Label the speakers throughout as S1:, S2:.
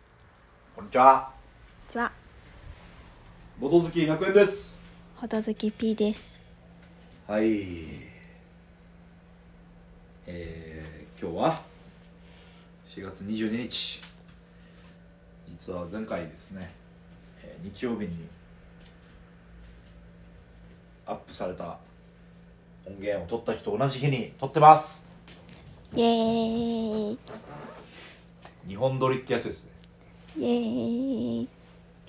S1: んにちは
S2: こんにちは、
S1: ボト好き100円です
S2: ほどずき P です。
S1: はいえー、今日は4月22日実は前回ですね、えー日曜日にアップされた音源を撮った日と同じ日に撮ってます
S2: イエーイ、
S1: 日本撮りってやつですね
S2: イエーイ、イ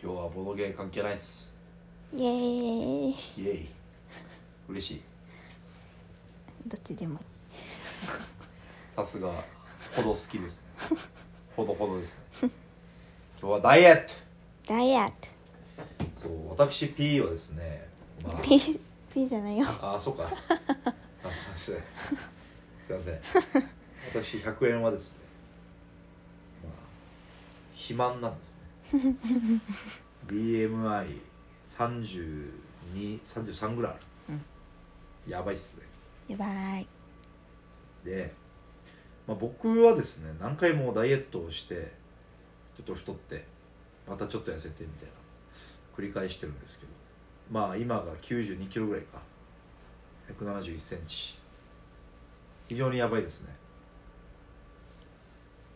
S1: 今日はボドゲー関係ないっす
S2: エーイ。
S1: イエイ嬉しい
S2: どっちでもいい。
S1: さすがほど好きですねほどほどですね今日はダイエット
S2: ダイエット。
S1: そう私 P はですね、ま
S2: P、P じゃないよ。
S1: あ、あーそうかあすいませんすいません私100円はですね、まあ、肥満なんですね BMI3233 ぐらいある、やばいっすね
S2: やばい。
S1: で、まあ、僕はですね何回もダイエットをしてちょっと太ってまたちょっと痩せてみたいな繰り返してるんですけどまあ今が9 2キロぐらいか1 7 1センチ非常にやばいですね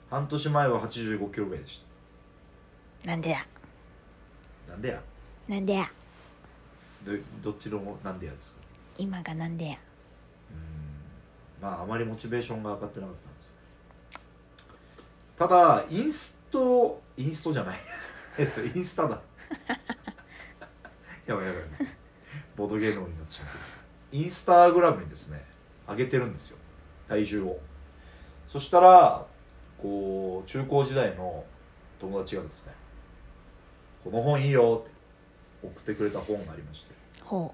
S1: 半年前は8 5キロぐらいでし
S2: なんでだ。
S1: たなんでや
S2: なんでや。
S1: どどっちのなんでやですか
S2: 今がなんでや。
S1: うんまああまりモチベーションが上がってなかったんですただインストインストじゃない えっとインスタだ やばいやばいやばいボードゲームになっちゃうインスタグラムにですね上げてるんですよ体重をそしたらこう中高時代の友達がですね「この本いいよ」って送ってくれた本がありまして
S2: ほ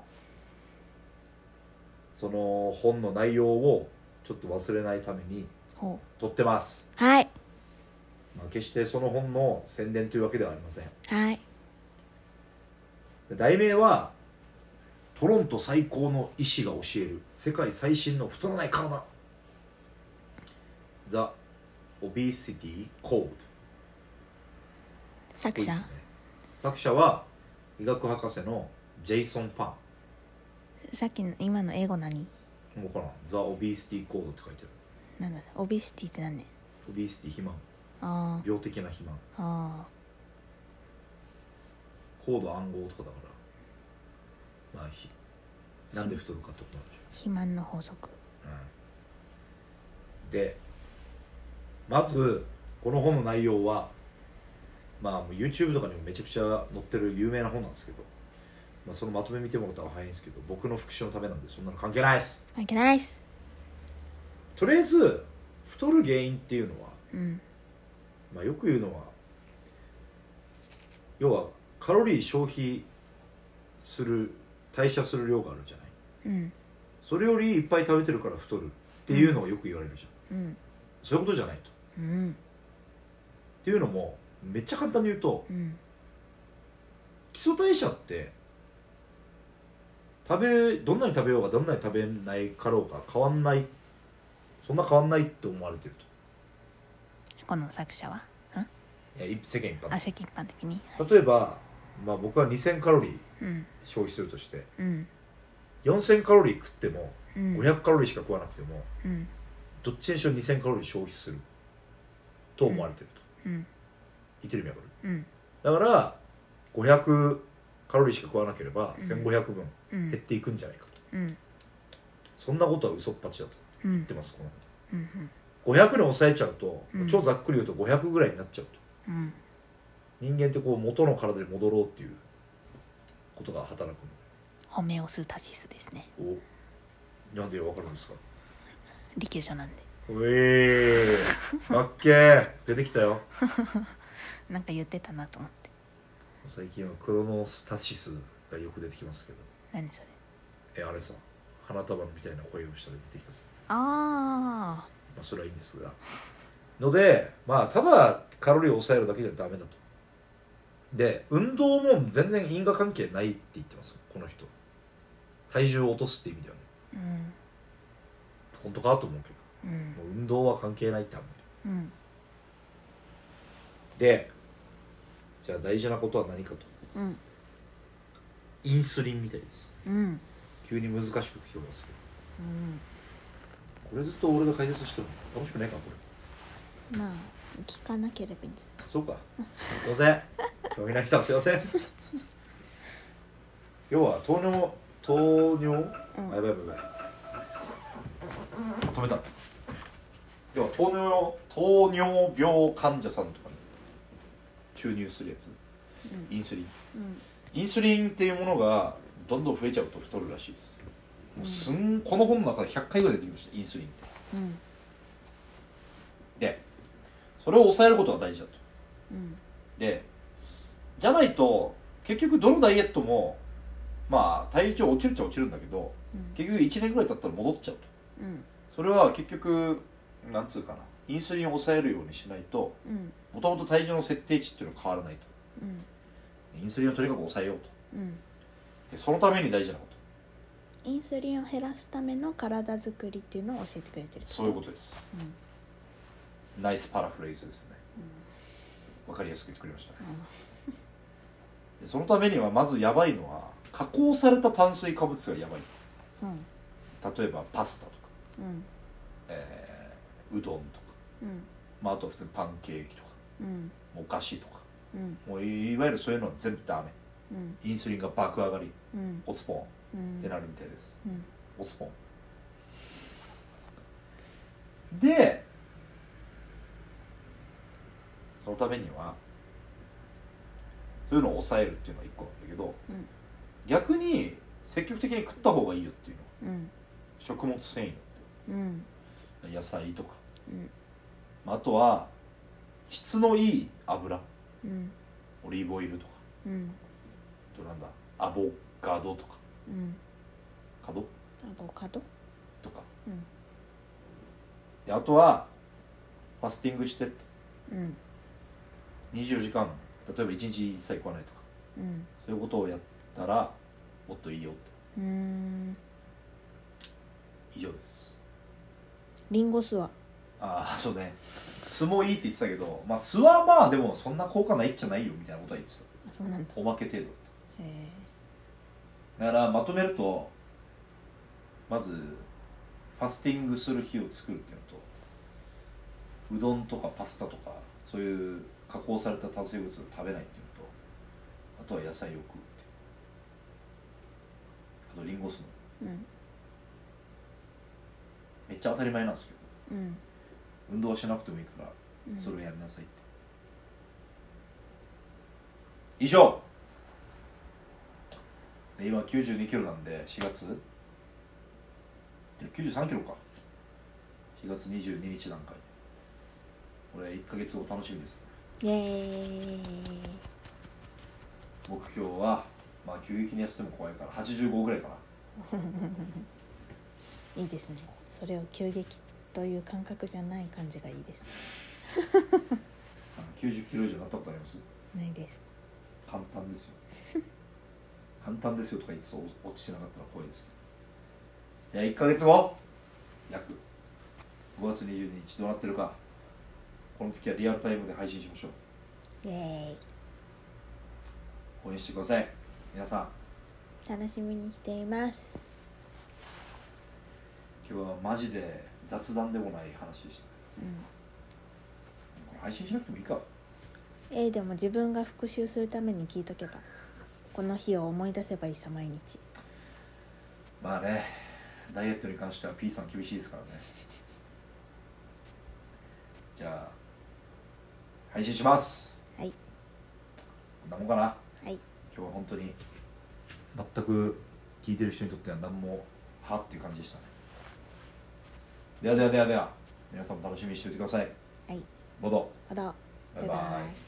S1: その本の内容をちょっと忘れないために
S2: う。ほ
S1: 撮ってます、
S2: う。はい。
S1: まあ、決してその本の宣伝というわけではありません
S2: はい。
S1: で題名は「トロント最高の医師が教える世界最新の太らない体」「The Obesity Code
S2: 作
S1: これで
S2: 者
S1: すね」作者は医学博士のジェイソン・ファン
S2: さっきの今の英語何
S1: もうこの「The Obesity Code」って書いてある
S2: なんだオビシティってなんね
S1: オビスティ肥満
S2: あ
S1: 病的な肥満
S2: あ。あ
S1: 高度暗号とかだからまあひなんで太るかってことなんでしょう
S2: あ。肥満の法則。
S1: でまずこの本の内容はまあもう YouTube とかにもめちゃくちゃ載ってる有名な本なんですけど、まあ、そのまとめ見てもらったら早いんですけど僕の復習のためなんでそんなの関係ないです
S2: 関係ないっす。
S1: とりあえず太る原因っていうのは、
S2: うん。
S1: まあ、よく言うのは要はカロリー消費する代謝する量があるじゃない
S2: うん。
S1: それよりいっぱい食べてるから太るっていうのをよく言われるじゃん、
S2: うん。
S1: そういうことじゃないと
S2: うん。
S1: っていうのもめっちゃ簡単に言うと
S2: うん。
S1: 基礎代謝って食べどんなに食べようがどんなに食べないかろうか変わんないそんな変わんないって思われてる
S2: この作者は
S1: といやい世間一
S2: あ、
S1: 般
S2: 世間一般的に。
S1: 例えば、まあ、僕は2000カロリー
S2: うん。
S1: 消費するとして
S2: うん。
S1: 4000カロリー食っても
S2: うん。
S1: 500カロリーしか食わなくても
S2: うん。
S1: どっちにしろ2000カロリー消費すると思われてると
S2: うん。
S1: 言ってる意味わかる
S2: うん。
S1: だから500カロリーしか食わなければ
S2: うん
S1: 1500分
S2: う
S1: 減っ
S2: ん。
S1: ていくんじゃないかと
S2: うん。
S1: そんなことは嘘っぱちだと
S2: う
S1: 言っ
S2: ん
S1: て。ますこの
S2: うん。
S1: 500に抑えちゃうと、
S2: うん
S1: 超ざっくり言うと500ぐらいになっちゃうと
S2: うん。
S1: 人間ってこう元の体に戻ろうっていうことが働く
S2: ホメオスタシスですね。
S1: のおなんでわかるんですか
S2: 力女なんで。
S1: うえ ーかっけー出てきたよ
S2: なんか言ってたなと思って。
S1: 最近はクロノスタシスがよく出てきますけど
S2: 何それ。
S1: えあれさ花束みたいな声をしたら出てきたさ
S2: ああ。
S1: まあ、それはいいんですがのでまあただカロリーを抑えるだけじゃダメだとで運動も全然因果関係ないって言ってますこの人体重を落とすって意味ではね
S2: うん。
S1: 本当かと思うけど
S2: うん。
S1: もう運動は関係ないってあんまり
S2: うん。
S1: でじゃあ大事なことは何かと
S2: うん
S1: インスリンみたいです
S2: うん
S1: 急に難しく聞こえますけ
S2: うん
S1: どこれずっと俺が解説しても楽しくないかこれ
S3: まあ聞かなければいいんじゃ
S1: そうかすいません興味ない人はすいません要は糖尿糖尿、
S3: うん
S1: あやばいやばいやばい止めた要は糖尿糖尿病患者さんとかに注入するやつ
S3: うん
S1: インスリン
S3: うん
S1: インスリンっていうものがどんどん増えちゃうと太るらしいですもうすんこの本の中で100回ぐらい出てきましたインスリンって
S2: うん
S1: でそれを抑えることが大事だと
S2: うん
S1: でじゃないと結局どのダイエットもまあ体重落ちるっちゃ落ちるんだけど
S2: うん
S1: 結局1年ぐらい経ったら戻っちゃうと
S2: うん
S1: それは結局なんつうかなインスリンを抑えるようにしないと
S2: うん
S1: もともと体重の設定値っていうのは変わらないと
S2: うん
S1: インスリンをとにかく抑えようと
S2: うん
S1: でそのために大事なこと
S3: インスリンを減らすための体作りっていうのを教えてくれてる
S1: そういうことです、ナイスパラフレーズですねわ、かりやすく言ってくれましたね、でそのためにはまずやばいのは加工された炭水化物がやばい
S2: うん
S1: 例えばパスタとか、
S2: うん
S1: えーうどんとか、
S2: うん
S1: まあ、あとは普通にパンケーキとか
S2: うん
S1: お菓子とか
S2: うん
S1: もういいわゆるそういうのは全部ダメ
S2: うん
S1: インスリンが爆上がり
S2: うん
S1: おつぽんっ
S2: うん
S1: てなるみたいです
S2: うん
S1: おスポンでそのためにはそういうのを抑えるっていうのが一個なんだけど、
S2: うん
S1: 逆に積極的に食った方がいいよっていうの
S2: うん
S1: 食物繊維だ
S2: うん
S1: って野菜とか、
S2: うん
S1: まあ、あとは質のいい油
S2: うん
S1: オリーブオイルとか
S2: うん
S1: あとなんだアボカドとか
S2: うん
S1: カド
S3: アボカド
S1: とか、
S3: うん
S1: であとはファスティングしてって
S2: うん
S1: 24時間例えば1日一切食わないとか
S2: うん
S1: そういうことをやったらもっといいよって
S2: うーん
S1: 以上です
S3: リンゴ酢は
S1: ああそうね酢もいいって言ってたけどまあ酢はまあでもそんな効果ないっちゃないよみたいなことは言って
S3: あそうなんだ
S1: たおまけ程度だ
S3: へ
S1: っ
S3: え
S1: ただからまとめるとまずファスティングする日を作るっていうのとうどんとかパスタとかそういう加工された炭水化物を食べないっていうのとあとは野菜を食うっていうあとリンゴ酢の
S3: うん
S1: めっちゃ当たり前なんですけど
S2: うん
S1: 運動はしなくてもいいから
S3: うん
S1: それをやりなさいって、以上で今9 2キロなんで4月9 3キロか4月22日段階これ1か月後楽しみです
S3: イエーイ
S1: 目標はまあ急激に痩せても怖いから85ぐらいかない
S3: いですねそれを急激という感覚じゃない感じがいいです
S1: あの90キロ以上になったことあります
S3: ないです
S1: 簡単ですよ簡単ですよとか言いつつ落ちてなかったら怖いですけどいや1ヶ月後約5月22日どうなってるかこの時はリアルタイムで配信しましょ
S3: イエーイ
S1: う応援してください皆さん
S3: 楽しみにしています
S1: 今日はマジで雑談でもない話でした
S3: うん
S1: これ配信しなくてもいいか
S3: えーでも自分が復習するために聞いとけばこの日を思い出せばいいさ毎日
S1: まあねダイエットに関しては P さん厳しいですからねじゃあ配信します
S3: はい
S1: こんなもんかな
S3: はい
S1: 今日は本当に全く聞いてる人にとっては何もはっていう感じでしたねではではではでは皆さんも楽しみにしておいてください
S3: はい
S1: ボド
S3: ほど
S1: バイバイ
S3: バイバイ